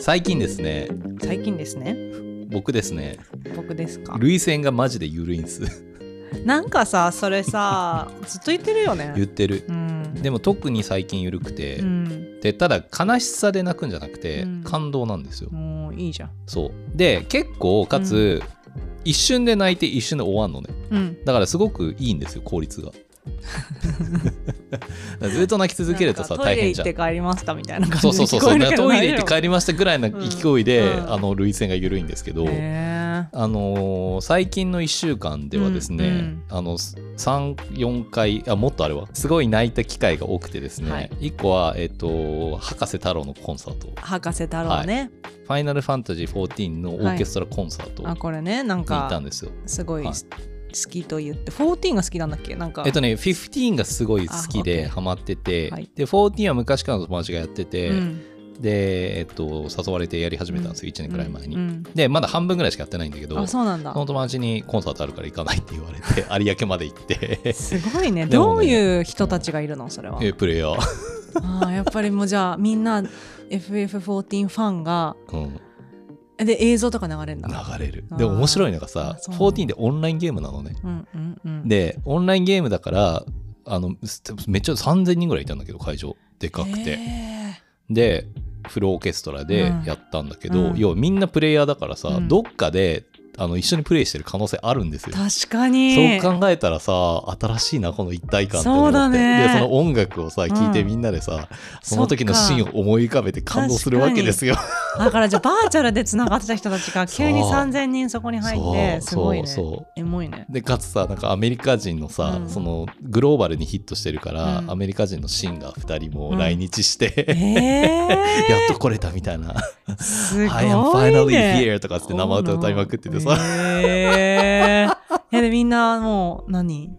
最近ですね最近ですね僕ですね僕ですか涙腺がマジで緩いんですなんかさそれ さずっと言ってるよね言ってるうんでも特に最近緩くて、うんでただ悲しさで泣くんじゃなくて、うん感動なんですよもういいじゃんそうで結構かつ、一瞬で泣いて一瞬で終わんのねうんだからすごくいいんですよ効率 がずっと泣き続けるとさなんかトイ大レ変行じっゃんて帰りましたみたいな感じそうそうそうそう聞こえだるかけらどトイレ行って大丈帰りましたぐらいのうん勢いで、うんあの涙腺が緩いんですけど、夫へあのー最近の1週間ではですね、うんうんあの34回あもっとあれはすごい泣いた機会が多くてですね、はい1個は、えっと博士太郎のコンサート「ー博士太郎ね、ファイナルファンタジー14」のオーケストラコンサートにあ行これねなんったかんですよ。すごいはい好きと言って14が好きなんだっけなんかえっとね、15がすごい好きあ OK でハマってて、はいで14は昔からの友達がやってて、うんで、えっと、誘われてやり始めたんですよ、1年くらい前に。うんでまだ半分ぐらいしかやってないんだけどあそうなんだその友達にコンサートあるから行かないって言われて 有明まで行ってすごいねでもねどういう人たちがいるのそれは えプレイヤー、あーやっぱりもうじゃあみんな FF14 ファンがうん、で映像とか流れるんだ流れるあーでも面白いのがさあそうなんだ14でオンラインゲームなのねうんうんうんでオンラインゲームだからあのすめっちゃ3000人ぐらいいたんだけど会場でかくてへでフルオーケストラでうんやったんだけど、うん要はみんなプレイヤーだからさ、うんどっかであの一緒にプレイしてる可能性あるんですよー確かにそう考えたらさ新しいなこの一体感って思ってそうだねでその音楽をさ聴いてうんみんなでさ、その時のシーンを思い浮かべて感動するわけですよ。そっかだからじゃあバーチャルでつながってた人たちが急 にそう3000人そこに入ってすごいねそうそエモいねうでかつさなんかアメリカ人のさ、うんそのグローバルにヒットしてるから、うんアメリカ人のシンガー2人も来日して、ええ やっと来れたみたいなす「I am ごい finally ね here」とかつって生歌歌いまくっててそうさ、なのへーえでみんなもう何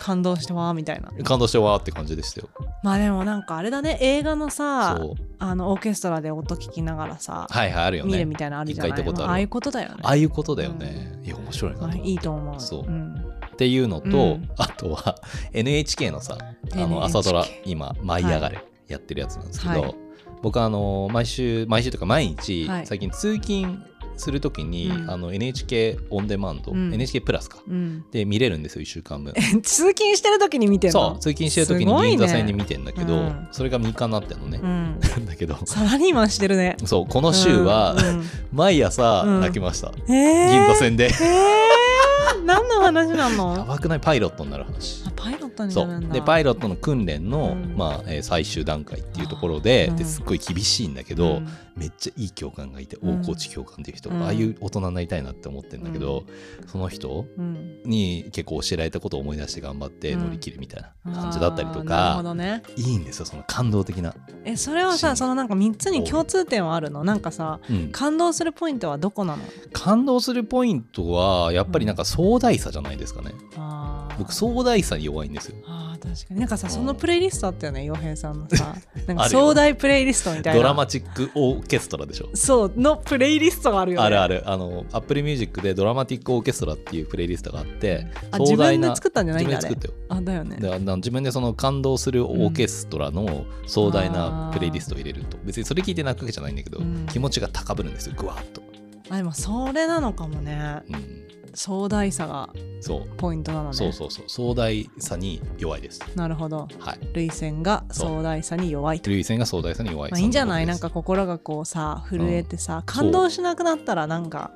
感動してわーみたいな感動してわーって感じでしたよ。まあでもなんかあれだね映画のさそうあのオーケストラで音聞きながらさ、はいはいあるよ見るねみ。たいなのあるじゃ一ない回行ったことあるああいうことだよねああいうことだよね。いや面白いなとまあ思っていいと思うそうんっていうのと、うんあとは NHK のさあの NHK 朝ドラ今「舞い上がれ」やってるやつなんですけど、はい僕はあの毎週毎週というか毎日、はい最近通勤するときに、うんあの NHK オンデマンド、うん NHK プラスかうん、で見れるんですよ1週間分 通勤してる時に見てるのそう通勤してる時すにごいね銀座線に見てんだけど、うんそれが日課になってんのねう、ん、だけどサラリーマンしてるねそうこの週は、 うん毎朝うん泣きました、うんえー、銀座線でえー、何の話なやのばくないパイロットになる話あパイロットにそなるうんだでパイロットの訓練の、うんまあえー最終段階っていうところで,、あーうんですっごい厳しいんだけけど、めっちゃいい教官がいてうん大河内教官っていう人、うんああいう大人になりたいなって思ってるんだけど、その人うんに結構教えられたことを思い出して頑張って乗り切るみたいうん、な感じだったりとあーなるかほ、どねいいんですよその感動的な、えそれはシーンさそのなんか3つに共通点はあるのなんかさうん感動するポイントはどこなの感動するポイントはやっぱりなんか壮大さじゃないですかねあー僕壮大さに弱いんですよあー確かになんかさうんそのプレイリストあったよね洋平さんのさ なんあかるよ壮大プレイリストみたいなドラマチックオーケストラでしょそうのプレイリストがあるよねあるあるあの Apple Music でドラマティックオーケストラっていうプレイリストがあってあ壮自大分なで作ったんじゃない自ん分だであ作れったよあだよねであの自分でその感動するオーケストラの壮大なプレイリストを入れると、別にそれ聞いて泣くわけじゃないんだけど、うん気持ちが高ぶるんですよぐわーっと、あでもそれなのかもねうん、壮大さがそうポイントなのねそうそうそう壮大さに弱いですなるほどはい涙腺が壮大さに弱いと類腺が壮大さに弱い、まあ、いいんじゃないそなんことかで心がこうさ震えてさ、感動しなくなったらなんか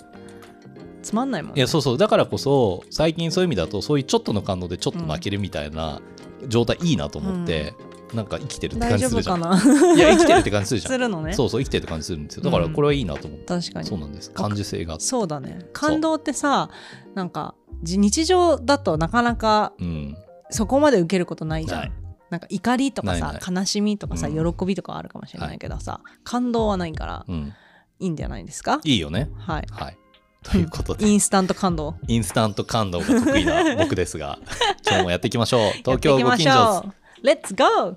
つまんないもんすいやそうそうだからこそ最近そういう意味だとそういうちょっとの感動でちょっと泣けるみたいな状態いいなと思って、なんか生きてるって感大じ丈する じ夫ゃかんないや生きてるって感じするじゃん するのねそうそう生きてるって感じするんですよだからこれはいいなと思って、確かにそうなんです感受性がそうだね感動ってさなんかじ日常だとなかなかうんそこまで受けることないじゃん、はいなんか怒りとかなさい悲しみとかさ、うん喜びとかはあるかもしれないけどさ、感動はないからうんいいんじゃないですかいいよねはいはいということでインスタント感動インスタント感動が得意 な僕ですが今日もやっていきましょう東京やごっていき近所ましょうレッツゴー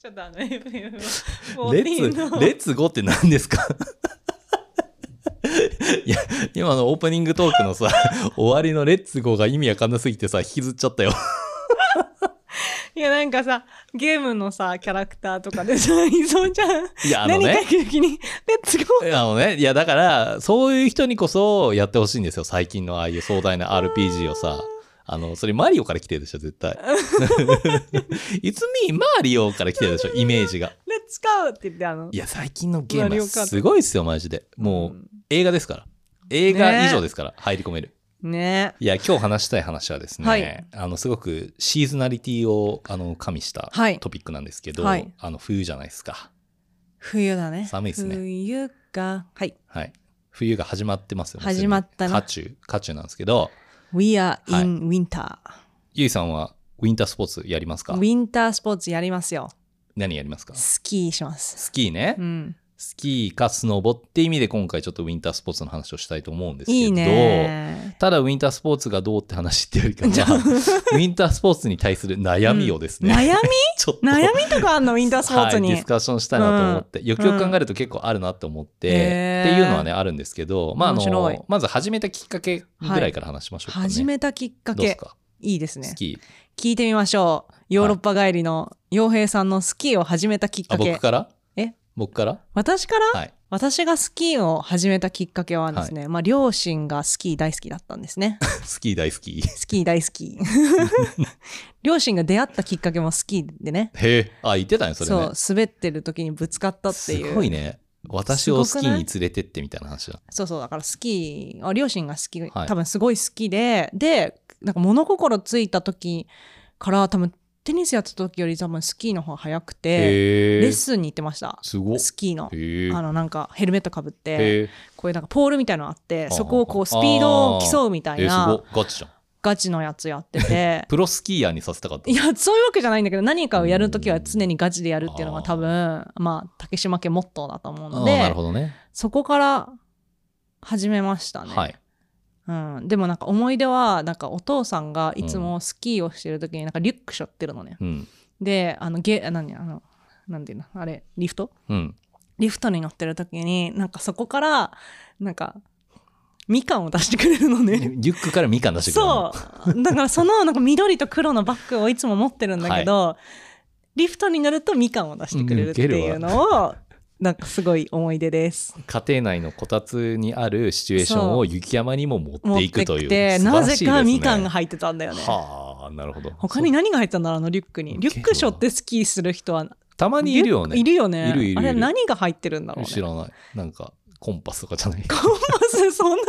ちょっとあの FM レッツ、のレッツ5って何ですか いや、今のオープニングトークの さ、終わりのレッツ5が意味わかんなすぎてさ、引きずっちゃったよ。 いやなんかさゲームのさキャラクターとかでさいそうじゃん、いや、あの何かね。行く時に「レッツゴーあのね、いやだからそういう人にこそやってほしいんですよ最近のああいう壮大な RPG をさあのそれマリオから来てるでしょ絶 対 いつみマリオから来てるでしょイメージがレッツゴー!」って言ってあのいや最近のゲーマムリはオカートすごいっすよマジでもう映画ですから映画以上ですから、入り込めるうんねいや今日話したい話はですね、はいあのすごくシーズナリティをあの加味したはいトピックなんですけど、はいあの冬じゃないですか、冬だね寒いっすね冬がはいはい、冬が始まってますよね始まったな渦中渦中なんですけど We are はい in winter、ゆいさんはウィンタースポーツやりますかウィンタースポーツやりますよ何やりますかスキーしますスキーね、うんスキーかスノボって意味で今回ちょっとウィンタースポーツの話をしたいと思うんですけどいいねただウィンタースポーツがどうって話っていうよりかはウィンタースポーツに対する悩みをですね、悩 ちょっとみ悩みとかあんのウィンタースポーツはい、に、ディスカッションしたいなと思って、よくよく考えると結構あるなと思って、へーっていうのはねあるんですけど、まあ、あ面白いのまず始めたきっかけぐらいから話しましょうか、ね始めたきっかどうですけか、いいですねスキー聞いてみましょうヨーロッパ帰りの洋平さんのスキーを始めたきっあかけ僕からえ僕から私から、はい私がスキーを始めたきっかけはですね、まあ両親がスキー大好きだったんですねスキー大好き へスキー大好き両親が出会ったきっかけもスキーでねえあ言ってたねそれねそう滑ってる時にぶつかったっていうすごいね私をスキーに連れてってみたいな話だそうそうだからスキーあ両親が好き、はい多分すごい好きででなんか物心ついた時から多分テニスやってた時より多分スキーの方が早くてへレッえスンに行ってましたすごっスキーのへえあのなんかヘルメットかぶってへえこういうなんかポールみたいのあってあそこをこうスピードを競うみたいえすごなっガチじゃんガチのやつやっ ててプロスキーヤーにさせたかったいやそういうわけじゃないんだけど何かをやる時は常にガチでやるっていうのが多分まあ竹島家モットーだと思うあのーでなるほどねそこから始めましたね。はいうん、でもなんか思い出はなんかお父さんがいつもスキーをしてる時になんかリュック背負ってるのね、うんであのゲあ何あのなんていうのあれリフトうんリフトに乗ってる時になんかそこからなんかみかんを出してくれるのリねュックからみかん出してくれるのそうだからそのなんか緑と黒のバッグをいつも持ってるんだけど、リフトに乗るとみかんを出してくれるっていうのをなんかすごい思い出です家庭内のこたつにあるシチュエーションを雪山にも持っ持ってていくといきうて素晴ならしぜいですねかみかんが入ってたんだよねはあなるほど他に何が入ってたんだろうあのリュックにそうリュックショーってスキーする人はそうたまにいるよねリュックいるよねいるいるいるあれ何が入ってるんだろう知ねらないなんかコンパスとかじゃないい コンパスそんなに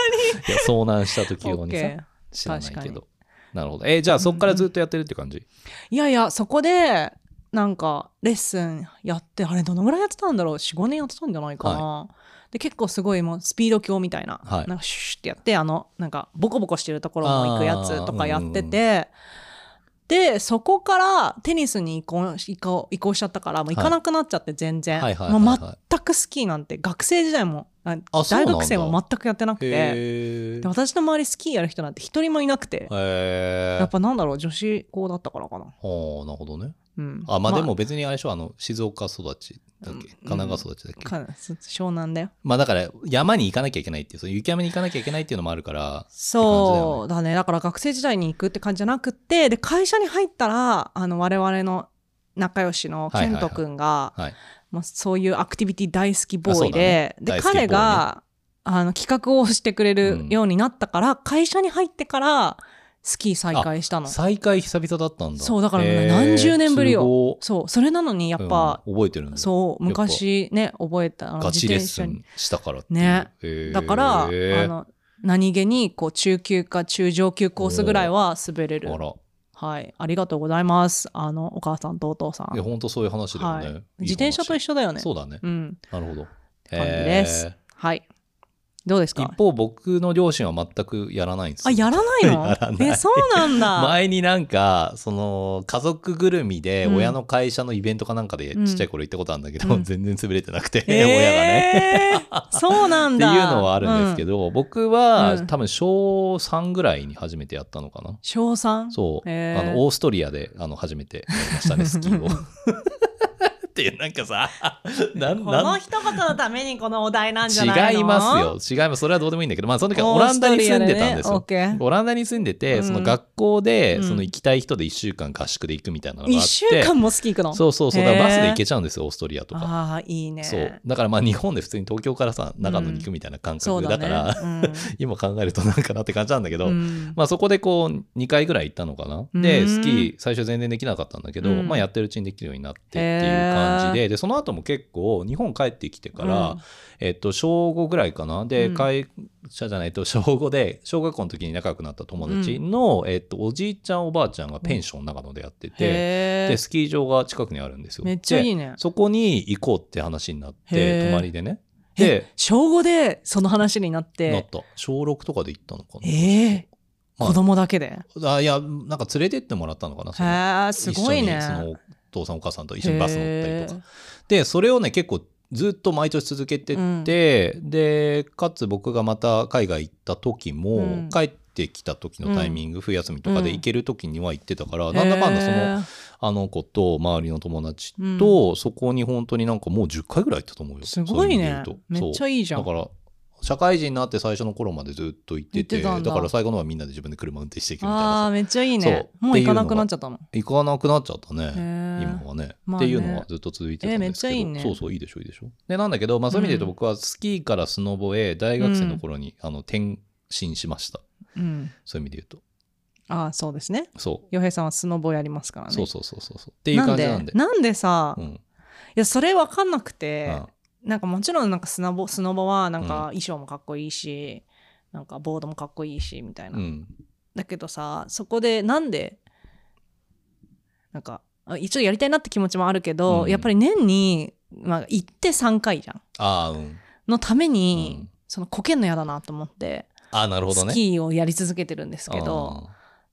や遭難した時用にさ OK 知らないけ確かどなるほどえーじゃあそこからずっとやってるって感じ、いやいやそこでなんかレッスンやってあれどのぐらいやってたんだろう45年やってたんじゃないかな、で結構すごいもうスピード強みたいな,、はいなんかシュッってやってあのなんかボコボコしてるところも行くやつとかやってて、でそこからテニスに移行移行移行しちゃったからもう行かなくなっちゃって全然、はいはいはいはいもう全くスキーなんて学生時代もああそうな大んだ学生も全くやってなくてへえで私の周りスキーやる人なんて一人もいなくて、へやっぱなんだろう女子校だったからかな。はあなるほどねうん、あまあでも別にあれでしょあの静岡育ちだっけうん神奈川育ちだっけ、かそ湘南だよまあだから山に行かなきゃいけないっていうその雪山に行かなきゃいけないっていうのもあるからそうだねだから学生時代に行くって感じじゃなくてで会社に入ったらあの我々の仲良しの健人君がはいまあそういうアクティビティ大好きボーイで、あでそうだね彼が、あの企画をしてくれうるんようになったから、会社に入ってからスキー再開したの再会久々だったんだそうだからへえ何十年ぶりよすごそうそれなのにやっぱ、うん覚えてるんだそう昔ね覚えたあのガチ自レッ転ス車にンしたからっていうねへえだから、あの何気にこう中級か中上級コースぐらいは滑れるあ。らはい、ありがとうございます。あのお母さんとお父さん。いや本当そういう話だよね、はい、自転車と一緒緒だよね。そうだねうん、なるほど感じですへえはい。どうです一か方僕の両親は全くやらないんですよあ、やらないの やらないえ、そうなん だ。前になんかその家族ぐるみでうん親の会社のイベントかなんかでうんちっちゃい頃行ったことあるんだけど、うん全然潰れてなくて、え親がね。ー そうなっんていだ。うのはあるんですけど。ど、僕は、うん多分小3ぐらいに初めてやったのかな。賞賛そう、へーあのオーストリアであの初めてやりました ねスキーを。っていうなんかさなんこなのん一言のためにこのお題なんじゃないの違いますよ違いますそれはどうでもいいんだけどまあその時はオランダに住んでたんですオーよス。トリアでね OK オランダに住んでて、うんその学校で、うんその行きたい人で1週間合宿で行くみたいなのがあって一週間もスキー行くのそうそうそうだからバスで行けちちゃうんですよオーストリアとか。ああー、いいね。そうだからまあ日本で普通に東京からさ長野に行くみたいな感そ覚うだだかねら、 今考えるとなんかなって感じなんだけど、まあそこでこう2回ぐらい行ったのかな。うで、んスキー最初全然できなかったんだけど、うんまあやってるうちにできるようになってっていう感じで、で、その後も結構日本帰ってきてから、えっと、小5ぐらいかな。で、うん会社じゃないえっと、 小5で、小学校の時に仲良くなった友達の、えっと、おじいちゃんおばあちゃんがペンション長野でやってて、でで、スキー場が近くにあるんですよ。めっちゃいでいね。そこに行こうって話になっへて、ー泊まりでね。えで、小五でその話になっ、なってた。小6とかで行ったのかな。ええまあ子供だけで。あいやなんか連れてってもらったのかなそのへえ、すごいね一。緒にそのお父さんお母さんと一緒にバス乗ったりとへかでそれをね結構ずっと毎年続けてて、でかつ僕がまた海外行った時も、うん帰ってきた時のタイミング、冬休みとかでうん行ける時には行ってたから、えなんだかんだそへのえあの子と周りの友達と、そこに本当になんかもう10回ぐらい行ったと思うよすごいねそうう。意味で言うとめっちゃいいじゃん。だから社会人になって最初の頃までずっと行ってて行ってたんだだから最後のはみんなで自分で車運転していくみたいなああさー、めっちゃいいね。そうもう行かなくなっちゃったの。行かなくなっちゃったへねー今はね,、まあってねいうのはずっと続いてたんですけど、えーめっちゃいいねそうそういいでしょいいでしょでなんだけど、まあ、そういう意味で言うとうん僕はスキーからスノボへ大学生の頃に、あの転身しましたうん。そういう意味で言うああ、そうですね。とそう洋平さんはスノボやりますからね。そうそうそうそうそうっていう感じなんでなんでさ、ういんや、それわかんなくうて、んなんかもちろんなんかスノボスノボはなんかうん衣装もかっこいいし、なんかボードもかっこいいしみたいな、うんだけどさそこでなんでなんかあ一応やりたいなって気持ちもあるけど、うんやっぱり年に、まあ、行って3回じゃんああうんのために、うんそのこけんのやだなと思って、ああなるほどスねキーをやり続けてるんですけど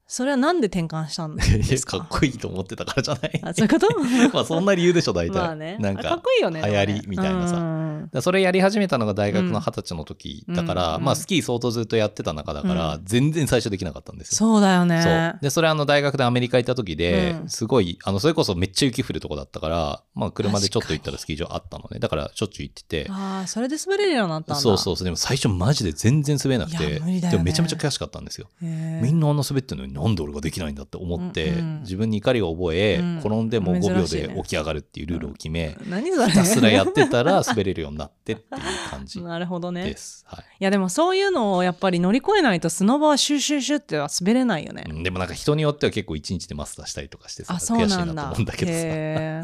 それはなんで転換したんあーですかかっ こいいと思ってたからじゃないあそういうこと まあそんな理由でしょ大体、 まあねなんあかっかこいいよね流行りみたいなささでそれやり始めたのが大学の二十歳の時だから、うんまあスキー相当ずっとやってた中だから、うん全然最初できなかったんですよ。そうだよそうねでそれあの大学でアメリカ行った時で、うんすごいあのそれこそめっちゃ雪降るとこだったから、まあ、車でちょっと行ったらスキー場あったのねだからしょっちゅう行っててああそれで滑れるようになったんだそうそうそうでも最初マジで全然滑れなくて、いや無理だよねでもめちゃめちゃ悔しかったんですよ。みみんなあんな滑ってるのになんで俺ができないんだって思って、うんうん自分に怒りを覚え、うん転んでも5秒珍しいでね起き上がるっていうルールを決め、何それひたすらやってたら 滑れるようになってっていう感じ なるほどねです。はいいやでもそういうのをやっぱり乗り越えないとスノボはシューシューシューっては滑れないよね、うんでもなんか人によっては結構一日でマスターしたりとかしてさあそう悔しないなとんだ思うんだけどさ へ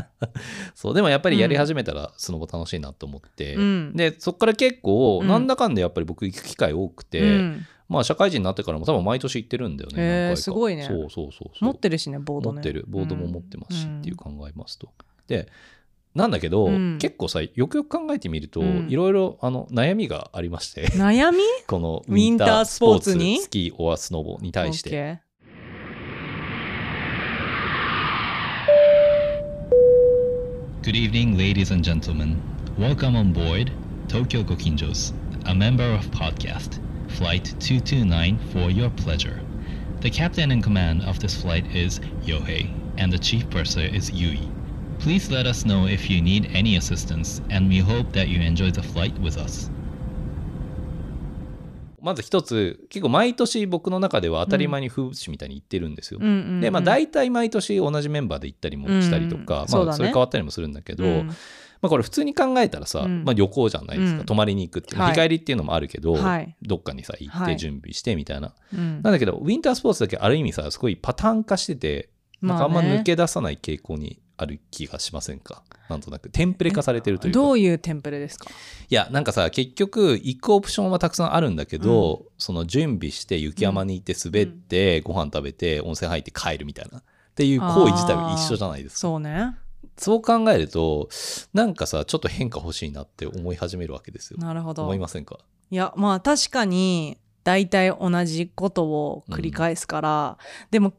そうでもやっぱりやり始めたらスノボ楽しいなと思って、えうんでそっから結構うんなんだかんだやっぱり僕行く機会多くて、うんまあ社会人になってからも多分毎年行ってるんだよね、へえ何回かすごいねそうそうそうそう持ってるしねボードね持ってるボードも持ってますし、うんっていう考えますと。でなんだけど、うん結構さよくよく考えてみると、うんいろいろあの悩みがありまして 悩みこのウウィィンンタターーススポポーーツツにスキーオアスノボに対して、 OK Good evening, ladies and gentlemen. Welcome on board Tokyo Kokinjos, a member of podcast, Flight 229 for your pleasure. The captain in command of this flight is Yohei, and the chief purser is Yui. Please let us know if you need any assistance, and we hope that you enjoy the flight with us. まず一つ、結構毎年僕の中では当たり前に風物詩みたいに言ってるんですよ。うんうんうんでまあ、大体毎年同じメンバーで行ったりもしたりとうんか、そうだまあ、ねそれ変わったりもするんだけど、うんまあ、これ普通に考えたらさ、うんまあ、旅行じゃないですか、うん泊まりに行くって、はい日帰りっていうのもあるけど、はいどっかにさ行っはてい準備してみたいな、うんなんだけどウィンタースポーツだけある意味さすごいパターン化しててなんかあんまね抜け出さない傾向にある気がしませんか、なんとなくテンプレ化されてるというかどういうテンプレですかいやなんかさ結局行くオプションはたくさんあるんだけど、その準備して雪山に行って滑って、ご飯食べて温泉入って帰るみたいなっていう行為自体は一緒じゃないですかそうねそう考えるとなんかさちょっと変化欲しいなって思い始めるわけですよなるほど思いませんかいやまあ確かに大体同じことを繰り返すから、でも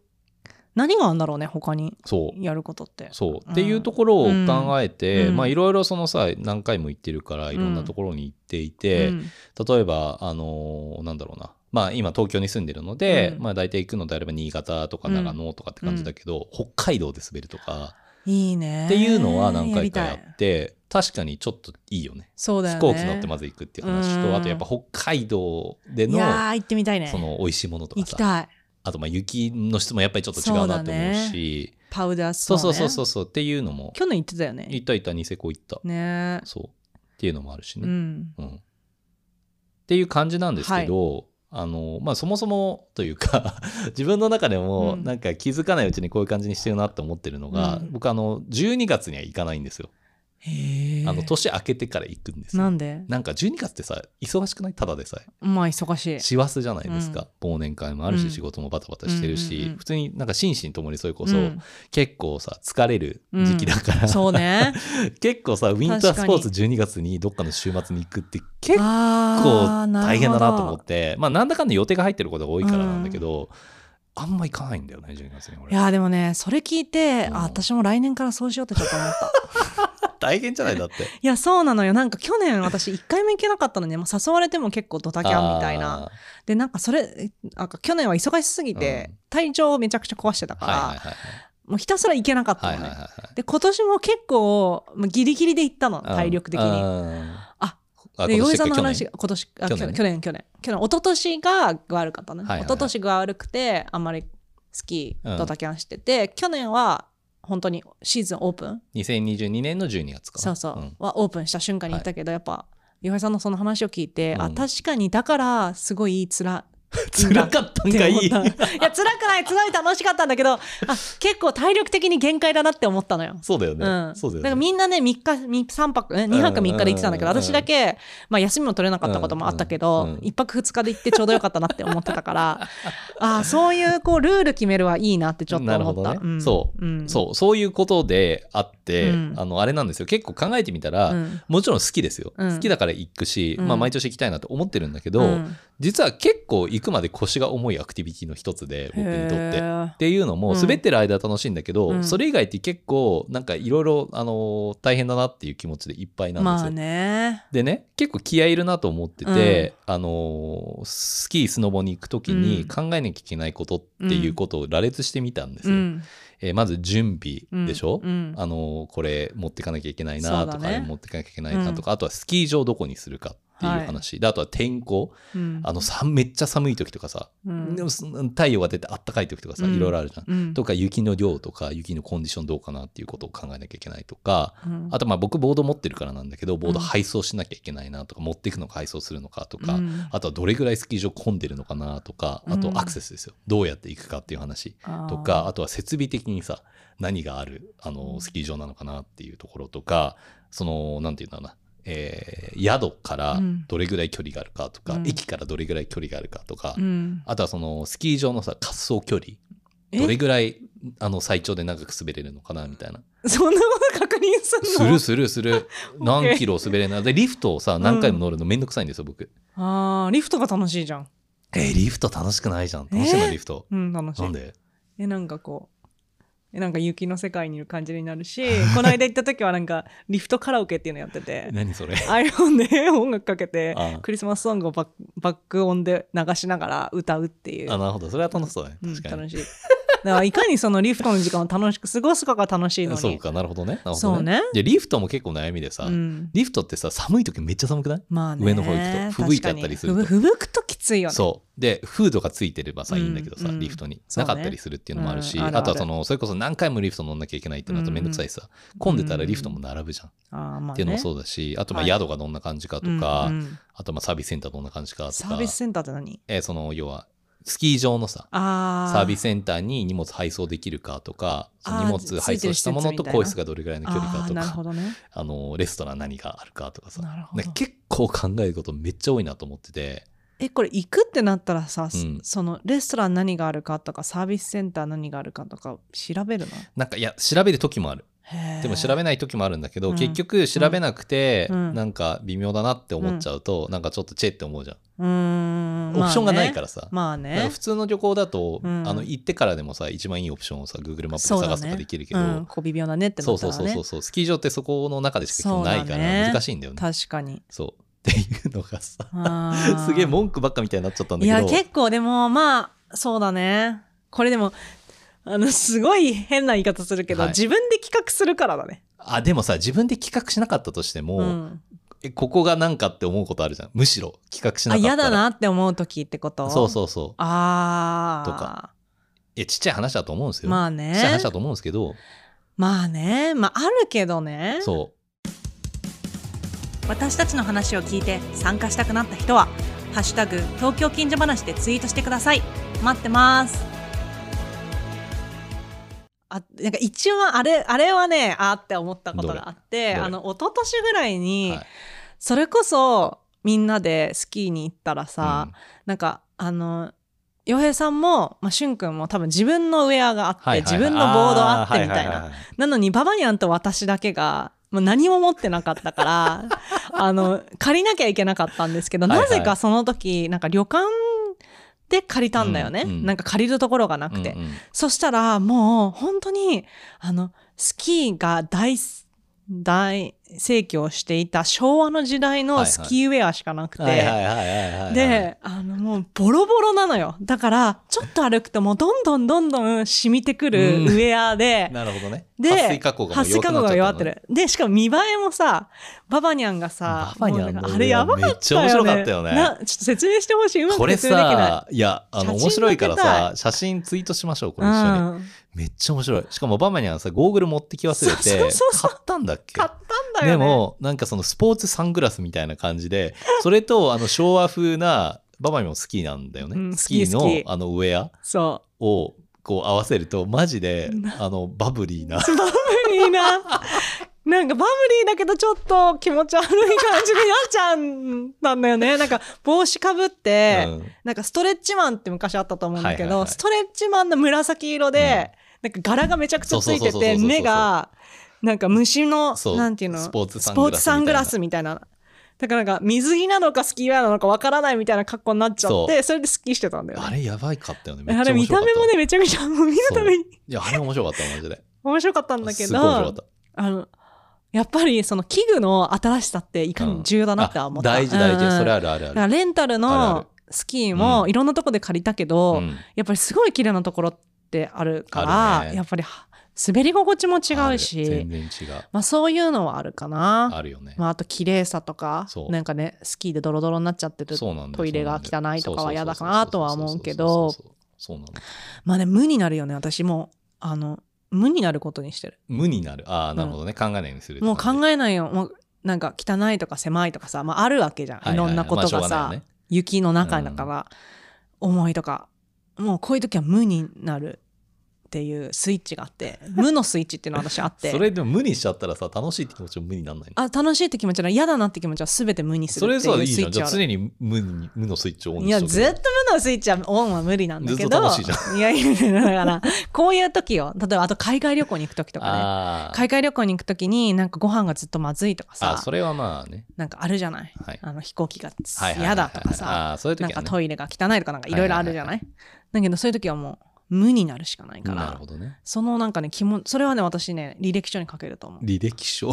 何があるんだろうね他にそうやることって。そう、うんっていうところを考えて、うんまあいろいろそのさ何回も行ってるからいろんなところに行っていて、うん例えばあのーなんだろうなまあ今東京に住んでるので、うんまあ大体行くのであれば新潟とか長野とかって感じだけど、北海道で滑るとかいいね。っていうのは何やり回かたいやって、確かにちょっといいよねそうだよ飛行ね。機乗ってまず行くっていう話と、うんあとやっぱ北海道でいのやー行ってみたいね。その美味しいものと行かきさたい。あとまあ雪の質もやっぱりちょっと違うなって思うしパウダースそノうー、ね。そうそうそうそうっていうのも去年行ってたよね。行った行ったニセコ行った、ねそうっていうのもあるしうね、ん。うんっていう感じなんですけど、あのまあ、そもそもというか 自分の中でもうんなんか気づかないうちにこういう感じにしてるなって思ってるのが、うん僕あの12月には行かないんですよ。へえ。あの年明けてから行くんですよなんでなんか12月ってさ忙しくないただでさえまあ忙しい。師走じゃないですか、忘年会もあるうんし仕事もバタバタしてるし、うんうんうん普通になんか心身ともにそれこそ、うん結構さ疲れる時期だから、そうね。 結構さウィンタースポーツ12月にどっかの週末に行くって結構あー大変だなと思るほっどてまあなんだかんだ予定が入ってることが多いからなんだけど、あんま行かないんだよね12月にい俺やーでもねそれ聞いて、うんあ私も来年からそうしようってちょっと思った大変じゃないだっていやそうなのよなんか去年私一回も行けなかったのに、もう誘われても結構ドタキャンみたいなでなんかそれなんか去年は忙しすぎて、うん体調をめちゃくちゃ壊してたあーから、はいもうひたすら行けなかったはいはいのはいね、はいはいはいで今年も結構まあギリギリで行ったの体力的に、あああで今洋年平さんの去年話が今年あ去去年年去年去年去年一昨年が悪かったね、はいはいはい一昨年が悪くてあんまりスキうんードタキャンしてて、去年は本当にシーズンオープン2022年の12月かそなうそう、んはオープンした瞬間に行ったけど、やっぱ洋平さんのその話を聞いて、うあん確かにだからすごいつら辛かったんかいってい思った いや辛くない辛い楽しかったんだけどあ結構体力的に限界だなって思ったのよ。そうだようね、ん、そうだよねからみんなね3日3泊2泊3日で行ってたんだけどうんうんうん私だけ、まあ、休みも取れなかったこともあったけうんうんど、うん一1泊2日で行ってちょうどよかったなって思ってたから ああそういうこうルール決めるはいいなってちょっとなる思ほっどた。ねんそうんそうそういうことであって、うんあのあれなんですよ結構考えてみたら、んもちろん好きですよ、うん好きだから行くし、うんまあ、毎年行きたいなと思ってるんだけど、うん実は結構行くまで腰が重いアクティビティの一つで僕にとっへて。ーっていうのもうん滑ってる間は楽しいんだけど、うんそれ以外って結構なんかいろいろあのー大変だなっていう気持ちでいっぱいなんですまよ。あね。でね結構気合いるなと思ってて、あのースキースノボに行く時うにん考えなきゃいけないことっていうことを羅列してみたんですうよ。んえーまず準うん備でしょ、うんあのこれ持ってかなきゃいけないなそとうか、だねあれ持ってかなきゃいけないなとか、あとはスキー場どこにするかっていう話、であとは天候うんあのさめっちゃ寒い時とかさ、うんでもす太陽が出てあったかい時とかさ、うんいろいろあるじゃん。うんとか雪の量とか雪のコンディションどうかなっていうことを考えなきゃいけないとかうんあとまあ僕ボード持ってるからなんだけどボード配送しなきゃいけないなとか持っていくのか配送するのかとか、うんあとはどれぐらいスキー場混んでるのかなとかあうとんアクセスですよどうやって行くかっていう話とかあとは設備的にさ何があるあのスキー場なのかなっていうところとかそのなんていうんだろうな、えー宿からうんどれぐらい距離があるかとか、うん駅からどれぐらい距離があるかとか、うんあとはそのスキー場のさ滑走距離え どれぐらいあの最長で長く滑れるのかなみたいなそんなこと確認すんのするするす る OK 何キロ滑れるのでリフトをさ何回も乗るのめんどくさいんですよ僕。あーリフトが楽しいじゃん。えーリフト楽しくないじゃん楽しいなえリフト。うん、楽しい。なんでえ、なんかこう、え、なんか雪の世界にいる感じになるし、 この間行った時はなんか、リフトカラオケっていうのやってて、何それ iPhone で 音楽かけてあ、クリスマスソングをバックバック音で流しながら歌うっていう。あなるほどそれは楽しそうだねうん確かに。楽しい。だから、いかにそのリフトの時間を楽しく過ごすかが楽しいの に。そうかなるほどねなるほそどうねでリフトも結構悩みでさ、うん。リフトってさ寒い時めっちゃ寒くない、まあね。上の方行くとふぶいちゃったりすると確かにふぶふぶくときついよね。そうでフードがついてればさ、うんいいんだけどさうんリフトに、そうなねかったりするっていうのもあるし、うんあるあるあとはそのそれこそ何回もリフト乗んなきゃいけないってなるとめんどくさいしさ、混んでたらリフトも並ぶじゃん、あーまあね、っていうのもそうだしあとまあはい宿がどんな感じかとか、うんうんあとまあサービスセンターどんな感じかとサーかビスセンターって何えーその要はスキー場のさあサービススセンターに荷物配送できるかとかそのあー荷物配送したものと更衣室がどれぐらいの距離かとなるかほどね。あのレストラン何があるかとかさなるほどね結構考えることめっちゃ多いなと思っててえこれ行くってなったらさ、うんそのレストラン何があるかとかサービスセンター何があるかとか調べるのなんかいや調べる時もあるでも調べないない時もあるんだけど、うん結局調べなくて、うんなんか微妙だなって思っちゃうと、なんかちょっとチェって思うじゃん、うーんオプションがないらからさ、まあなんねか普通の旅行だと、うんあの行ってからでもさ一番いいオプションをさ Google マップそうでだ探ねすとかできるけど、うん、こう微妙だねってなそっうたそらうねそうそうそうスキー場ってそこの中でしか基本ないかそうだねら難しいんだよね確かにそうっていうのがさあー すげえ文句ばっかみたいになっちゃったんだいけどや結構でもまあそうだねこれでもあのすごい変な言い方するけど、はい自分で企画するからだねあでもさ自分で企画しなかったとしても、うん、えここがなんかって思うことあるじゃんむしろ企画しなあかったら嫌だなって思う時ってことそううそうそうああとかえちっちゃい話だと思うんですよ、まあちっちゃいね話だと思うんですけどまあねまああるけどねそう私たちの話を聞いて参加したくなった人は「ハッシュタグ東京近所話」でツイートしてください待ってますあなんか一応あれあれはねあーって思ったことがあっどれどてれあの一昨年ぐらいに、はいそれこそみんなでスキーに行ったらさ、うんなんかあの洋平さんも、まあ、しゅんくんも多分自分のウェアがあって、はいはいはい自分のボードあってみたあいな、ーははははなのにババニャンと私だけが、もう何も持ってなかったから あの借りなきゃいけなかったんですけどはいはいなぜかその時なんか旅館で借りたんだよね、うんうんなんか借りるところがなくて、うんうんそしたらもう本当にあのスキーが大大盛況していた昭和の時代はいのはいスキーウェアしかなくて、はいはいはいはいはいで、あのもうボロボロなのよ。だから、ちょっと歩くともうどんどんどんどん染みてくうんるウェアで、なるほどねで撥水加工がもう撥弱くなっち水加工ゃったのがね弱ってる。で、しかも見栄えもさ、ババニャンがさ、ババニャンのもうなんかあれやばかっためよね。っちゃ面白かったよねなちょっと説明してほしい。うまこくれ説明できない。さいやあの写真面白いから載さ写真ツイートしましょうこうれ一緒に、ん、めっちゃ面白いしかもバマニャンさゴーグル持ってき忘れてそうそうそうそう買ったんだっけ買ったんだよね。でもなんかそのスポーツサングラスみたいな感じで それとあの昭和風なババニャンも好きなんだよね、うんスキーの好き好きあのウェアそう。をこう合わせるとマジでなあのバブリーなバブリーな。 なんかバブリーだけどちょっと気持ち悪い感じになっちゃったんだよね。なんか帽子かぶって、うんなんかストレッチマンって昔あったと思うんだけど、はいはいはいストレッチマンの紫色で、なんか柄がめちゃくちゃついそてうそうそうそうそうて、そう目が、なんか虫のそ、うなんていうのスポーツサンスグラスみたいなポーツサングラスみたいな。だからなんか水着なのかスキーウェアなのかわからないみたいな格好になっちゃって、そそれでスキーしてたんだよ、あね。れやばいかったよねめっちあゃれ面見白かった目たもね、めちゃくちゃ、もう見るためにいやあれ面白かったマジで面白かったんだけすごい面白かどっ、たあの、やっぱりその器具の新しさっていかに重要だなって思った。あ大事大事、うんうんそれあるあるあだるからレンタルあるあのるスキーうもんいろんなとこで借りたけうど、んやっぱりすごい綺麗なところってあるかあるら、ねやっぱりは滑り心地も違うあるし全、然違うまあそういうのはあるかな。あるよね、まああと綺麗さとかそ、うなんかね、スキーでドロドロになっちゃってる。そうなんだよトイレがそうなんだよ汚いとかは嫌だそうそうそうそうなとは思うけどそうそうそうそうそうなんだまあね、無になるよね、私もう。あの、無になることにしてる。無になるああなるほどね、考えないようにするもう考ええないよ。もうなんか汚いとか狭いとかさ、まああるわけじゃん。いろんなことがさ、雪の中だから、思いとか、もうこういう時は無になるっていうスイッチがあって、無のスイッチっていうのが私 あって。それでも無にしちゃったらさ楽しいって気持ちも無になんないのあ楽しいって気持ちは嫌だなって気持ちは全て無にすそるれってさいいいうスじイゃッんじチゃあはある常に無に無のスイッチをオンいにしやとずっと無のスイッチはオンは無理なんだけずっとど楽しいじゃいやいやいやだからこういう時よ例えばあと海外旅行に行く時とかねあー海外旅行に行く時になんかご飯がずっとまずいとかあさそれはまあねなんかあるじゃないはいあの飛行機がはいはいはいはい嫌だとかさあーそういう時なはねんかトイレが汚いとかなんかいろいろあるじゃなはいだけどそういう時はもう無になるしかないかなるらほどねそのなんかね気もそれはね私ね履歴書に書けると思う履歴書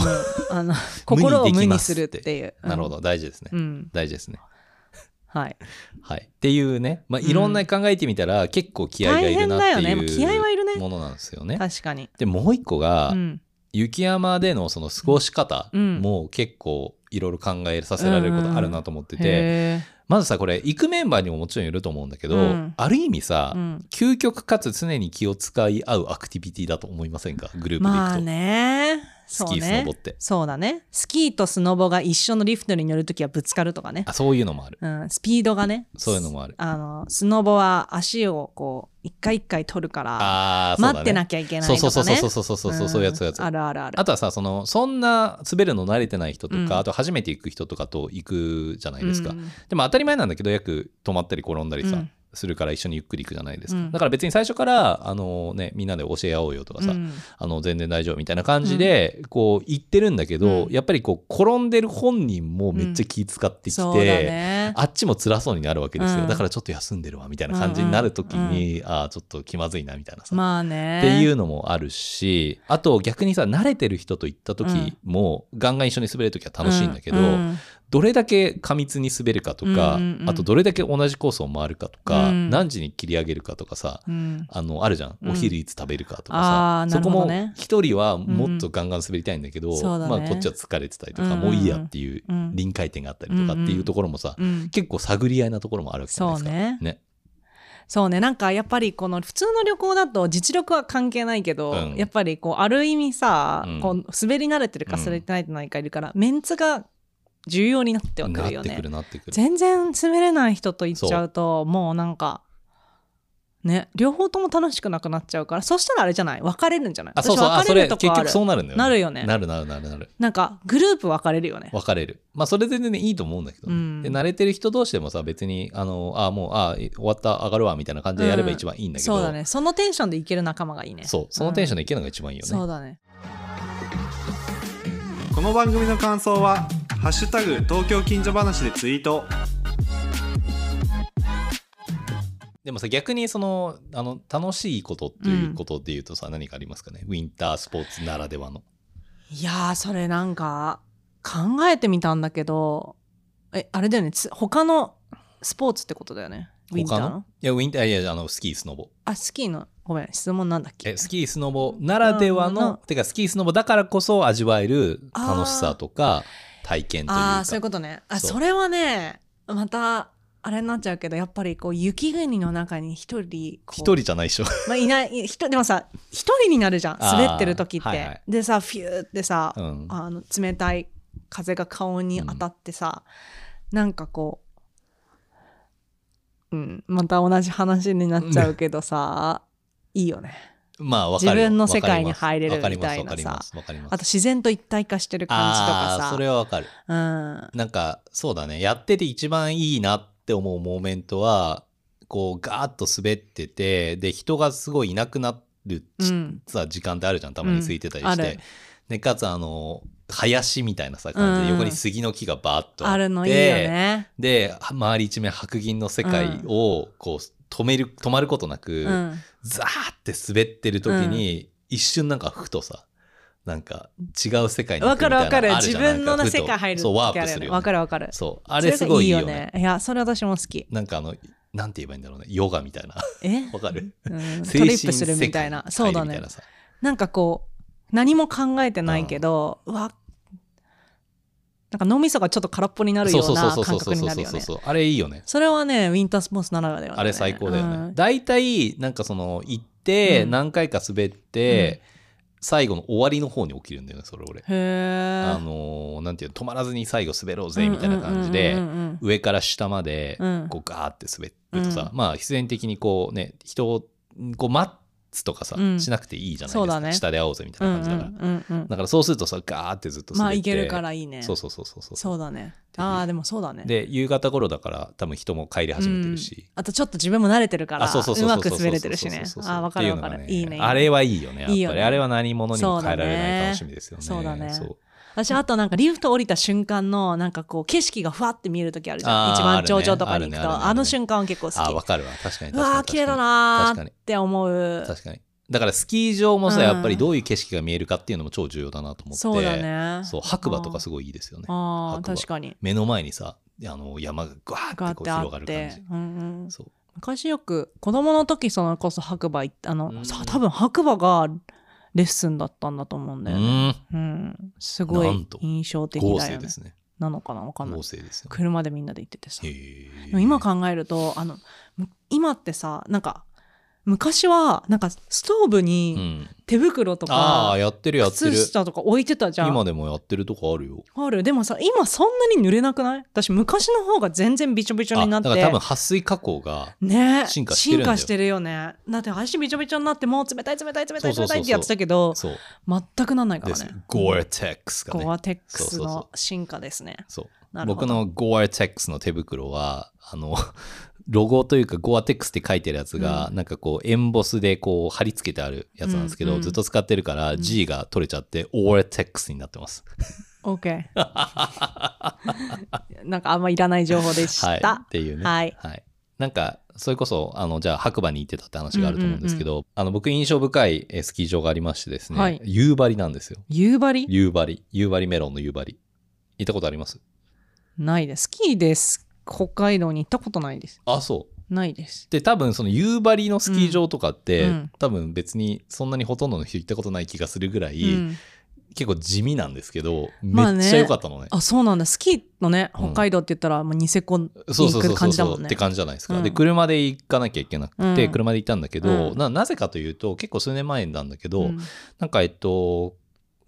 あの心を無無にできにますすっるてっていうなるほど大事ですね、うん大事ですねはいはいっていうねまあいろんな考えてみたら結構気合がいるなって大変だよね気合はいるいねうものなんですよね確かにでもう一個が、うん雪山でのその過ごし方うんも結構いろいろ考えさせられることあるなと思ってて、へまずさこれ行くメンバーにももちろんいると思うんだけど、うんある意味さ、ーうん究極かつ常に気を使い合うアクティビティだと思いませんかグループで行くと、まあねスそうキー、ねスノボってそうだねスキーとスノボが一緒のリフトに乗るときはぶつかるとかねあそういうのもあるうん、スピードがねそういうのもあるあのスノボは足をこう一回一回取るからああーそうだ、ね、待ってなききゃいけゃないそとうかねそうそうそうそうそうそうそうそういうやつそういうやつんあるあるあるあとはさそのそんな滑るの慣れてない人とか、うんあと初めて行く人とかと行くじゃないですか、うんでも当たり前なんだけど約止まったり転んだりさ、うんするから一緒にゆっくり行くじゃないですか、うんだから別に最初からあの、ね、みんなで教え合おうよとかさ、うんあの全然大丈夫みたいな感じでこう言ってるんだけど、うんやっぱりこう転んでる本人もめっちゃ気使ってきて、そうだねあっちも辛そうになるわけですよ、うんだからちょっと休んでるわみたいな感じになる時に、ああちょっと気まずいなみたいなさ、まあねっていうのもあるしあと逆にさ慣れてる人と行った時も、ガンガン一緒に滑る時は楽しいんだけど、うんどれだけ過密に滑るかとか、うんうんうんあとどれだけ同じコースを回るかとか、うん何時に切り上げるかとかさうんあのあるじゃん、うんお昼いつ食べるかとかあさーそこなるほもどね一人はもっとガンガン滑りたいんだけど、うんそうだねまあ、こっちは疲れてたりとうんか、うんもういいやっていううん臨界点があったりとかっていうところもさ、うん結構探り合いなところもあるわけじゃないですか。そうねそうねなんかやっぱりこの普通の旅行だと実力は関係ないけど、うんやっぱりこうある意味さ、うんこう滑り慣れてるかうん滑り慣れてないかいるから、メンツが重要になってはくるなよってねくるなってくる。全然滑れない人と行っちゃうともうなんかね両方とも楽しくなくなっちゃうからそしたらあれじゃない別れるんじゃないあそうそうあ私別それれると結こあ局るそうなるんだよ、なるよねなるなるなるなる。なんかグループ分かれるよね分かれる。まあ、それで全然いいと思うんだけどね、うんで、慣れてる人同士でもさ、別に、あの、あもう、あ終わった、上がるわ、みたいな感じでやれば一番いいんだけど、そうだねそのテンションで行ける仲間がいいねそう、そのテンションでいけるのが一番いいよね。そうだねこの番組の感想は「ハッシュタグ東京近所話」でツイートでもさ、逆にその、あの、楽しいことということで言うとさ、何かありますかねウィンタースポーツならではの。いやーそれなんか考えてみたんだけどえあれだよねつ他のスポーツってことだよねウィンター他ののいや、ウィンター、いやいや、あの、スキー、スノボ。あスキーのごめん質問なんだっけえ、スキー、スノボならではうんうの、んてか、スキー、スノボだからこそ味わえる楽しさとか、体験というあか。あーそういうことねあそうそれはねまたあれになっちゃうけどやっぱりこう雪国の中に一人こ一う人じゃないでしょ。まあ、いないい人でもさ一人になるじゃんあー滑ってる時って、はいはいでさフィューってさ、うんあの冷たい風が顔に当たってさ、なんかこう、うん、また同じ話になっちゃうけどさいいよねまあ、わかるよ自分の世界に入れるわかりますみたわかいなさります。わかりますあと自然と一体化してる感じとかあーさそれはわかる。うん、なんか、そうだね。やってて一番いいなって思うモーメントは、こう、ガーッと滑ってて、で、人がすごいいなくなるちうんさ、時間ってあるじゃん。たまに空いてたりうんしあてる。で、かつ、あの、林みたいなさ、感じで、うん横に杉の木がバーッとあるのいいよね。で、周り一面白銀の世界を、こう、止める、止まることなく、うん、ザーって滑ってる時に、一瞬なんかふとさなんか違う世界に行わくみたかいなるわかるあじ自ゃんなん分のふと世界入るそうワー時あプすよるねよ、ね、わかるわかるそうあれすごいいいよねいやそれ私も好きなんかあのなんて言えばいいんだろうねヨガみたいな えわかるうん精ト神リップするみたいな。世界そにうだ入るみたいねな。さなんかこう、何も考えてないけど、うわ、なんか脳みそがちょっと空っぽになるそうよそううそうなそうそ感うそ覚うになそうるよそうね。そうあれいいよねそれはね、ウィンタースポーツならではだよね。あれ最高だよね、うん大体なんかその行ってうん何回か滑って、最後の終わりの方に起きるんだよねそれ俺、へあのーなんていうの止まらずに最後滑ろうぜみたいな感じで、うんうんうんうん上から下までうんこうガーって滑るとさ、うまあ必然的にこうね人をこう待つとかさ、うんしなくていいじゃないですそうか、だね下で会おうぜみたういんな感じだから、うんうんうんだからそうするとさガーってずっと滑ってまあ、いけるからいいね。そうそうそうそうそうそうだね。ああ、でもそうだね。で夕方頃だから多分人も帰り始めてるし、あとちょっと自分も慣れてるから、あそうそうそううそうまそうそくう滑れてるしそねうそう。そうああ、わかるわかっる。ていいういのがね。ねあれはいいよねやっぱいりいよねあれは何物にも変えられそうだないね楽しみですよねそうだねそう私あとなんかリフト降りた瞬間のなんかこう景色がふわって見える時あるじゃんあー一あ番るね頂上とかに行くあるねあるねあるとねあの瞬間は結構あ好わきかるわ確かに確かにうわー確かに綺麗だな確かーにって思う確かにだからスキー場もさやっぱりうんどういう景色が見えるかっていうのも超重要だなと思ってそうだねそう白馬とかすごいいいですよねああ白馬確かに目の前にさあの山がガーってがあっこうてあ広がっる感じて、うんうん、そう昔よく子供の時そのこそ白馬行ったあの、うんそう多分白馬がレッスンだったんだと思うんうだよね、ーんうん、すごなんいと印象的合だ成よねですねなのかなわかんない合成ですよ車でみんなで行っててさへーでも今考えるとあのむ今ってさなんか昔はなんかストーブうにん手袋とあか、あやってるやってる靴下とか置いてたじゃ今んでもやってるとこあるよあるでもさ今そんなに濡れなくない私昔の方が全然びちょびちょあになだっから多分て撥水加工がね進化してるんだよ進てるよねだって足びちょびちょになってもう冷たい冷たい冷たいそうそうそう冷そたういってやってたけどそう全くなんないかでらすねゴアテックスがねゴアテックそうスそうそうの進化ですねそうなるほ僕どのゴアテックスの手袋はあの ロゴというかゴアテックスって書いてるやつが、なんかこうエンボスでこう貼り付けてあるやつなんですけうんど、うんずっと使ってるから G が取れちゃって、オーテックスになってます。 OK なんかあんまいらない情報でしはい。たっ、ていうね。はいなんか、それこそ、あの、じゃあ白馬に行ってたって話があると思うんですけど、あの、僕印象深いえースキー場がありましてですね、はい夕張なんですよ。夕張夕張。夕張メロンの夕張。行ったことありますないですスキーです北海道に行ったことないですあ、そう。ないですで、多分その夕張のスキー場とかって、うんうん多分別にそんなにほとんどの人行ったことない気がするぐらい、うん結構地味なんですけど、まあねめっちゃ良かったのね。あそうなんだスキーのねうん北海道って言ったら、もうニセコにそうそ行うそうくそ感うじだそもうんっねて感じじゃないですか。うんで、車で行かなきゃいけなくて、うん車で行ったんだけど、うんな、なぜかというと、結構数年前なんだけど、うんなんかえっと、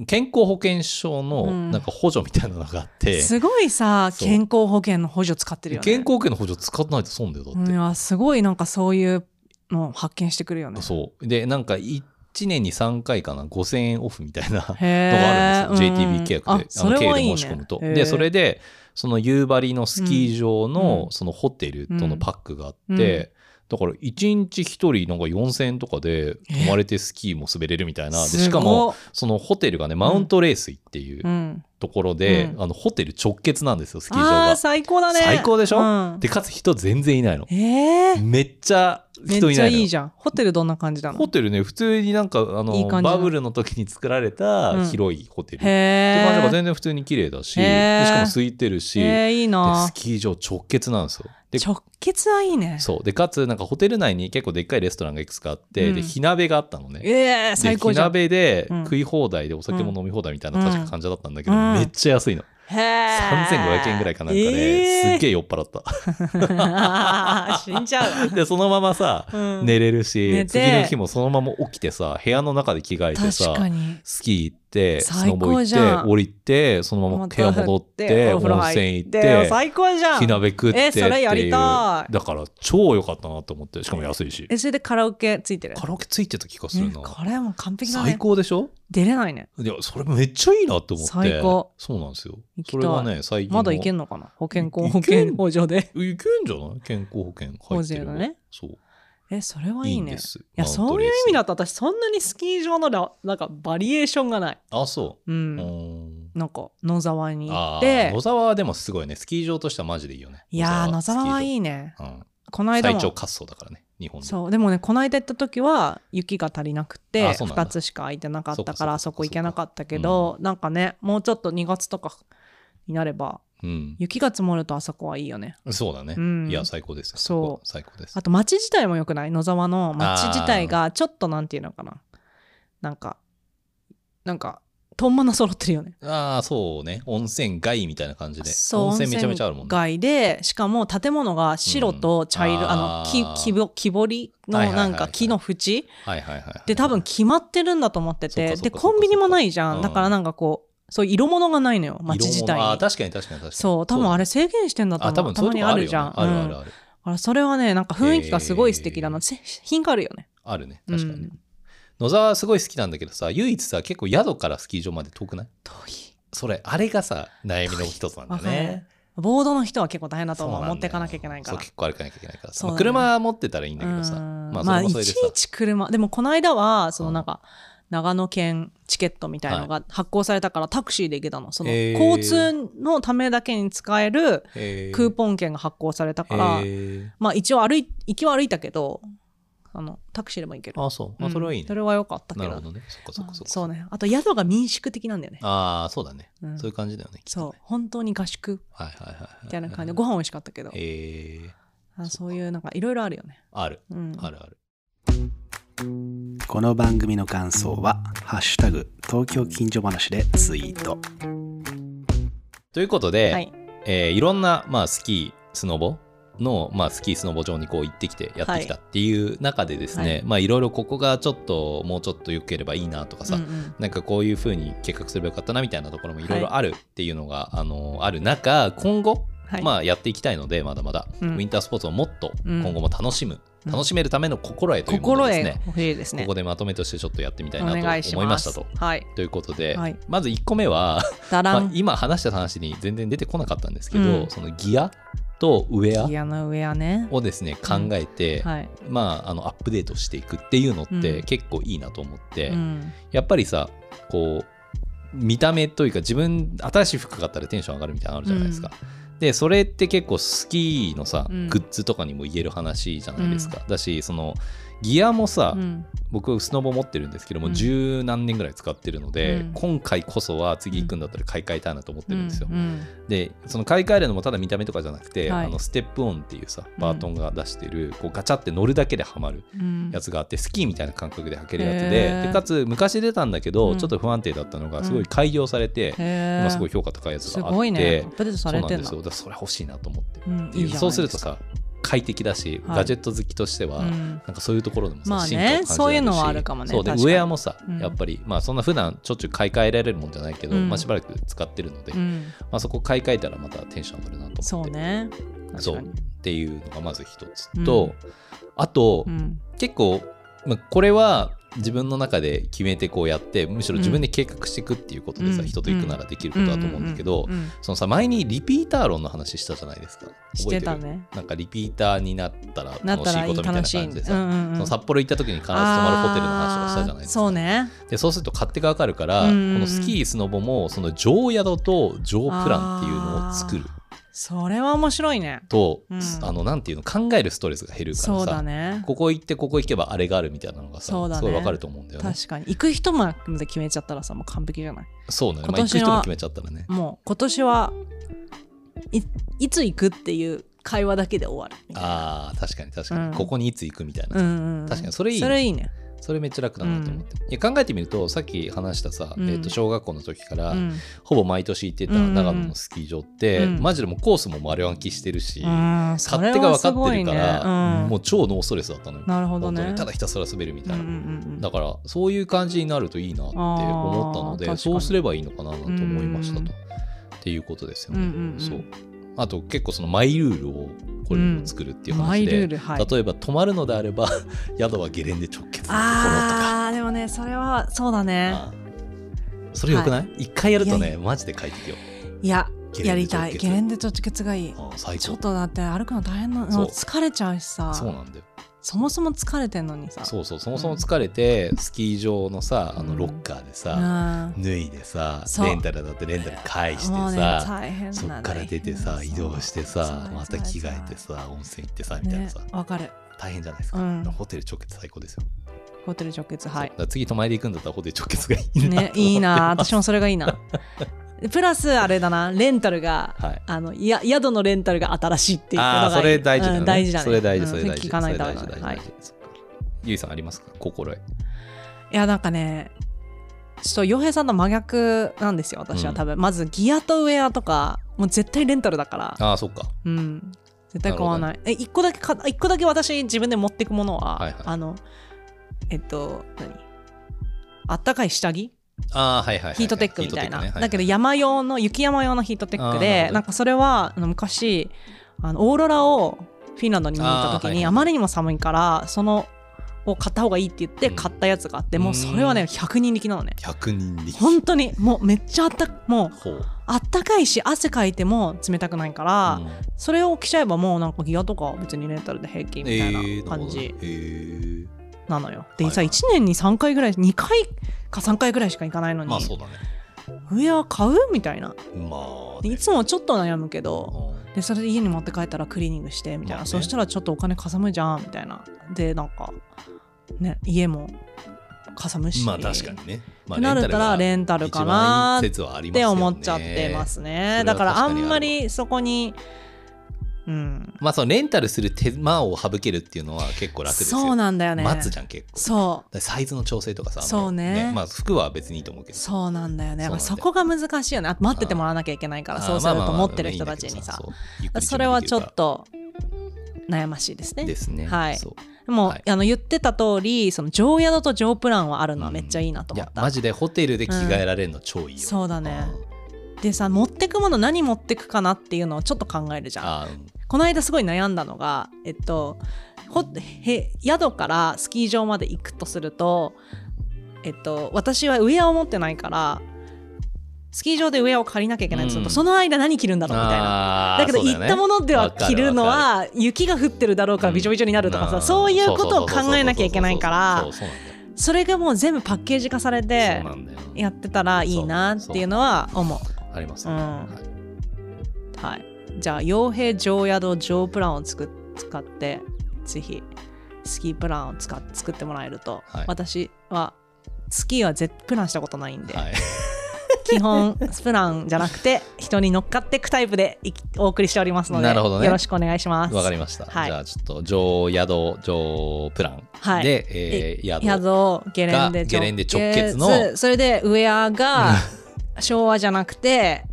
健康保険証うのんなんか補助みたいなのがあって、すごいさそう健康保険の補助使ってるよね健康保険の補助使わないと損だよ、だって。いやすごいなんかそういうのを発見してくるよねそう。で、なんか1年に3回かな、5000円オフみたいなのがへあーるんですよ。JTB 契う約んで、あそれ経由はでいいね申し込むと。へーで、それで、その夕張のスキー場うのんそのホテルとのパックがあって、うんうんだから1日1人なんか4000円とかで泊まれてスキーも滑れるみたいな。ですごしかも、そのホテルがね、マウントレースイっていううん、ところで、うんあのホテル直結なんですよスキー場あがー。最高だね最高でしょうんでかつ人全然いないの。えー、めっちゃめっ人いちなゃいのいよい。じゃんホテルどんな感じなのホテルね普通になんかあのいい感じバのブルの時に作られうたん広いホテル、へって感じがえ全然普通に綺麗だし、へーでしかも空いてるし、でえー、いいなスキー場直結なんですよ。で直結はいいねそうでかつなんかホテル内に結構でっかいレストランがいくつかあって、うんで火鍋があったのね。えー、で最高火じゃんへ鍋でうん食い放題でお酒も飲み放題みたいなうん確か感じだったんだけど、うんめっちゃ安いの。え3500円ぐらいかなんかで、すっげえ酔っ払ったえ 死んじゃうわでそのままさうん寝れるし、寝て次の日もそのまま起きてさ部屋の中で着替えて確かさにスキー行ってス最ノボ行高っじゃんて降りてそのまま部屋戻ってお風呂温入泉行って最高じゃん火鍋食ってっていうえそれやりたいだから超良かったなと思ってしかも安いしえそれでカラオケついてるカラオケついてた気がするねな、これはもう完璧だね最高でしょ出れないねいやそれめっちゃいいなと思って最高そうなんですよ行きたそいれはね最近のまだいけんのかな保険い公い保け険ん法 上でいけんじゃない健康保険入法って人るのねそうえそれはいいいいんねです。いいやそういう意味だと私そんなにスキー場のらなんかバリエーションがないあ、そうう。ん、うん。なんか野沢に行あっあ、て野沢はでもすごいね。スキー場としてはマジでいいよね。いやー野沢はいい。いねうん。この間最も長滑走だからね、日本で。そうでもねこの間行った時は雪が足りなくてあそうなんだ2つしか空いてなかったそかうかそうらかあそこ行けなかったけどなんかねもうちょっと2月とかになればうん。雪が積もるとあそこはいいよねそうだねう。んいや、最高ですよ。そうこ最高ですあ。と町自体も良くない野沢の町自体がちょっとなんていうのかななんかなんかとんまな揃ってるよねああ、そうね。温泉街みたいな感じで。そう温泉めちゃめちゃあるもんね。街でしかも建物が白と茶色、うんああのー木木ぼ木彫りのはいはいはいなはいんか木の縁はいはいはいはい。で多分決まってるんだと思ってそてっかそっかでコンビニもないじゃうんんだからなんかこうそういう色物がないのよ街自色体もあーに確かに確かに確かに。そう多分あれそ制限してんだうとだねあ、多思分うたそういまうとにこああるるよねじゃんあるうあんるだある。からそれはねなんか雰囲気がすごい素敵だなへーせ品があるよねあるね。うん確かに。野沢はすごい好きなんだけどさ、唯一さ、結構宿からスキー場まで遠くない遠いそれあれがさ悩みの一つなんだよわかるね。ボードの人は結構大変だとそうな思んうだよ持ってかなきゃいけないかそうら結構歩かなきゃいけないからさ、そうまあだね車持ってたらいいんだけどうさんまあそまあれいもそちれでいさ、ち車でもこの間はそのなんか長野県チケットみたいのが発行されたからタクシーで行けたのそのへー交通のためだけに使えるえクーポン券が発行されたからえーまあ一応歩い行きは歩いたけどあのタクシーでも行けるあそう、まあ、うんそれはいいね、それは良かったけなどるほどねそっかそっかそっかうんそうねあと宿が民宿的なんだよねああそうだね、うんそういう感じだよねきっそとうね本当に合宿はいはいはいはいみたいな感じでご飯美味しかったけどえー、あそういうなんかいろいろあるよねあるうんあるあるこの番組の感想は「ハッシュタグ東京近所話」でツイートということで、はいいえーいろんな、まあ、スキースノボの、まあ、スキースノボ場にこう行ってきてやってきたっていう中でですね、はいいまあ、いろいろここがちょっともうちょっと良ければいいなとかさ、うんうんなんかこういう風に計画すればよかったなみたいなところもいろいはろあるっていうのが、あのある中今後、はいまあ、やっていきたいのでまだまだ、うんウィンタースポーツをもっとうん今後も楽しむ、うん楽しめるための心得というものを心です得ね、欲しいですねここでまとめとしてちょっとやってみたいおなと願いし思いましたと。はいということで、はいまず1個目は、だらまあん、今話した話に全然出てこなかったんですけど、うんそのギアとウェアギアの上はね。をですね考えて、はい。まああのアップデートしていくっていうのっうてん結構いいなと思って、うん。やっぱりさこう見た目というか自分新しい服買ったらテンション上がるみたいなのあるじゃないですか、でそれって結構スキーのさ、うんグッズとかにも言える話じゃないですか、だしそのギアもさ、うん僕スノボ持ってるんですけども、うん十何年ぐらい使ってるので、うん今回こそは次行くんだったら買い替えたいなと思ってるんですよ、うんうんでその買い替えるのもただ見た目とかじゃなくて、はいあのステップオンっていうさバートンが出してる、こうガチャって乗るだけでハマるうんやつがあってスキーみたいな感覚で履けるやつへでーでかつ昔出たんだけど、うんちょっと不安定だったのうがんすごい改良されて、へ今ーすごい評価高いやつすがあごっいねてアップデートそさうれなんてんでだすよだからそれ欲しいなと思ってうんでいいじゃないですかそうするとさ快適だし、はいガジェット好きとしては、うんなんかそういうところでもさまあね進化を感じられるしそういうのはあるかもねそうでウ確かにェアもさ、うんやっぱり、まあ、そんな普段しょっちゅう買い替えられるもんじゃないけど、うんまあ、しばらく使ってるので、うまんあ、そこ買い替えたらまたテンション上がるなと思ってそうね。そ確うかっに。ていうのがまず一つうんと、あと、うん結構、まあ、これは自分の中で決めてこうやってむしろ自分で計画していくっていうことでさ、うん人と行くならできることだと思うんだけど、うんうんうんそのさ前にリピーター論の話したじゃないですかし覚てえてたるね。なんかリピーターになったらなっ楽したいらいこいとみたいな楽しい。感じでさ、うんうんそうんの札幌行った時に必ず泊まるホテルの話をしたじゃないですかあーそうね。でそうすると買ってかかるから、うんうんうんこのスキースノボもその上宿と上プランっていうのを作るそれは面白いね。と、うんあのなんていうの考えるストレスが減るかそらうださ、ね。ここ行ってここ行けばあれがあるみたいなのがさ、そうだねすごいわかると思うんだよね。確かに行く人まで決めちゃったらさもう完璧じゃないそうね、まあ、今行く年人はも決めちゃったらね。もう今年はいいつ行くっていう会話だけで終わるみたいなああ、確かに確かに、うんここにいつ行くみたいな。うんうんうん確かにそれいいねそれいいねそれめっちゃ楽だなと思って。いや考えてみると、さっき話したさ、うんえっと小学校の時から、うんほぼ毎年行ってたうんうんうん長野のスキー場って、うんマジでもうコースも丸暗記してるし、うんそ勝れ手がは分かすっごているねから、うんもう超ノーストレスだったのよ。なるほどね本当にただひたすら滑るみたいな。うんうんうんうんだからそういう感じになるといいなって思ったのあー確かでにそうすればいいのかななんて思いましたと。うっんていうことですよね。うんうんうんそうあと結構そのマイルールをこれにも作るっていうマ話イで、ルールはい例えば泊まるのであれば 宿はゲレンデ直結のところとかあーでもねそれはそうだねあーそれよくない、一回やるとねマジで快適よ。いやゲレやンデりたい直結ゲレンデ直結がいいあー最ちょっ高とだって歩くの大変なそうの疲れちゃうしさそうなんだよそもそも疲れてんのにさそうそうそもそも疲れてスキー場のさあうのんロッカーでうさ、ん脱いでさそうレンタルだってレンタル返してもうねさ、大変なそっから出てさ移動してさまた着替えてささ温泉行ってさみたいねなさ、わかる大変じゃないですか、うんホテル直結最高ですよ、ホテル直結はいだから次泊まりで行くんだったらホテル直結がいいなと思っ ねていいなます私もそれがいい なプラスあれだなレンタルがはいあのいや宿のレンタルが新しいっていうのがああーそれ大事だね、うん大事だねそれ大うん事それ大事聞かないとそダれメ大だ事大ね事はい大事そっかゆいさんありますか心得いやなんかねちょっと洋平さんの真逆なんですよ私は多分、まずギアとウェアとかもう絶対レンタルだからああそっかうん絶対買わないえ一個だけか一個だけ私自分で持ってくものは、はいはいあのえっと何あったかい下着ああはいはいはいはいヒートテックみたいな、ヒートテックねはいだけど山用の雪山用のヒートテックあーなるでほどなんかそれはあの昔あのオーロラをフィンランドに見に行った時あーにあ,、はいはいまりにも寒いからそのを買った方がいいって言ってうん買ったやつがあって、もうそれはね100人力なのね100人力本当にもうめっちゃあったもうほうあったかいし汗かいても冷たくないかうら、んそれを着ちゃえばもうなんかギアとか別にレンタルで平均みたえいーな感じるほどねへえなのよ。はでいさはい1年に3回ぐらい2回か3回ぐらいしか行かないのに、まあそうだねウェア買うみたいなまあでねいつもちょっと悩むけどうんでそれで家に持って帰ったらクリーニングしてみたいな、まあねそしたらちょっとお金かさむじゃんみたいなでなんかね家もかさむし、まあ確かにね。まあ、なるからレンタルかなー一番っいい説はありますてよね思っちゃってますねそれだはからあ確かにあるわんまりそこにうんまあそのレンタルする手間を省けるっていうのは結構楽ですよ。そうなんだよね待つじゃん結構。だかそうらサイズの調整とかさ。あのそうねまあ服は別にいいと思うけど。そうなんだそうなんよねだよまあそこが難しいよねあ待っててもらわなきゃいけないからそうすると持ってる人たちにさそれはちょっ。と悩ましいですねでですね。はいそうも、はいあの言ってた通りその上宿と上プランはあるのはめっちゃいいなとい思っやた、マジでホテルで着替えられるの超いいよ。そうだねうんでさ持ってくもの何持ってくかなっていうのをちょっと考えるじゃんあーうんこの間すごい悩んだのがえっとほへ宿からスキー場まで行くとするとえっと私はウェアを持ってないからスキー場でウェアを借りなきゃいけないとすると、うんその間何着るんだろうみたいな。なだけど行ったものでは着るのは雪が降ってるだろうかうらんびちょびちょになるとかさそういうことを考えなきゃいけないからそうなんだよそれがもう全部パッケージ化されそうてなんだよやってたらいいなっていうのは思う。ありますね、うんはいはい、じゃあ傭兵常宿常プランをつく使ってぜひスキープランを使っ作ってもらえると、はい私はスキーは絶プランしたことないんで、はい基本プランじゃなくて人に乗っかっていくタイプでいきお送りしておりますのでなるほどねよろしくお願いしま す。わかりました。はいじゃあちょっと上宿上プランで、はいえー宿宿をゲレンデがゲレンデ直結のそれでウェア が昭和じゃなくて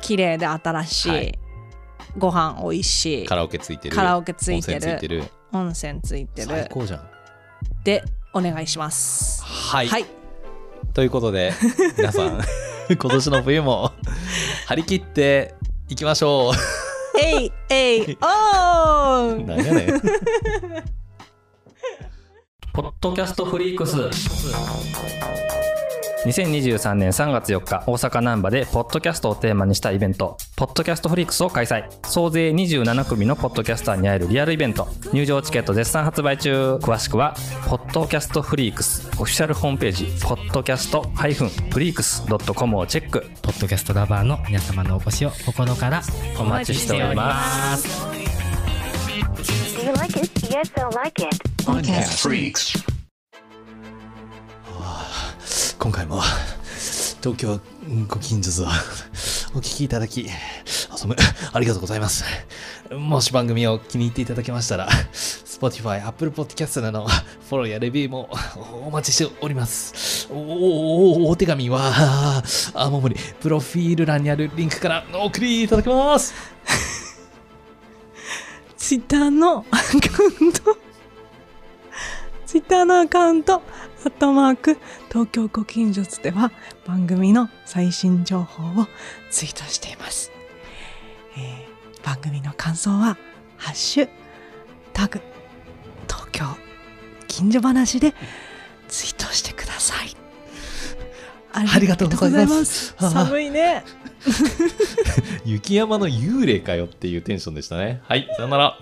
綺麗で新しい、はいご飯美味しいカラオケついてるカラオケついて温泉つるいてる温泉ついて最る高じゃん。でお願いします。はい、はい、ということ で皆さん今年の冬も張り切っていきましょ えいえいおーう。んなんやねん。ポッドキャストフリークス2023年3月4日大阪難波でポッドキャストをテーマにしたイベント「ポッドキャストフリークス」を開催総勢27組のポッドキャスターに会えるリアルイベント入場チケット絶賛発売中詳しくは「ポッドキャストフリークス」オフィシャルホームページ「ポッドキャスト -freaks.com」をチェックポッドキャストラバーの皆様のお越しを心からお待ちしております Do you like it? Yes, I like it. 今回も東京ご近所図をお聞きいただきあそむありがとうございますもし番組を気に入っていただけましたら Spotify、Apple Podcast などフォローやレビューもおお待ちしておりますおおおお手紙はあももりプロフィール欄にあるリンクからお送りいただけますツイッターのアカウントツイッターのアカウントアットマーク東京ご近所図では番組の最新情報をツイートしています、えー番組の感想はハッシュタグ東京近所話でツイートしてくださ いあありがとうございますりがとうございます寒いね雪山の幽霊かよっていうテンションでしたねはいさよなら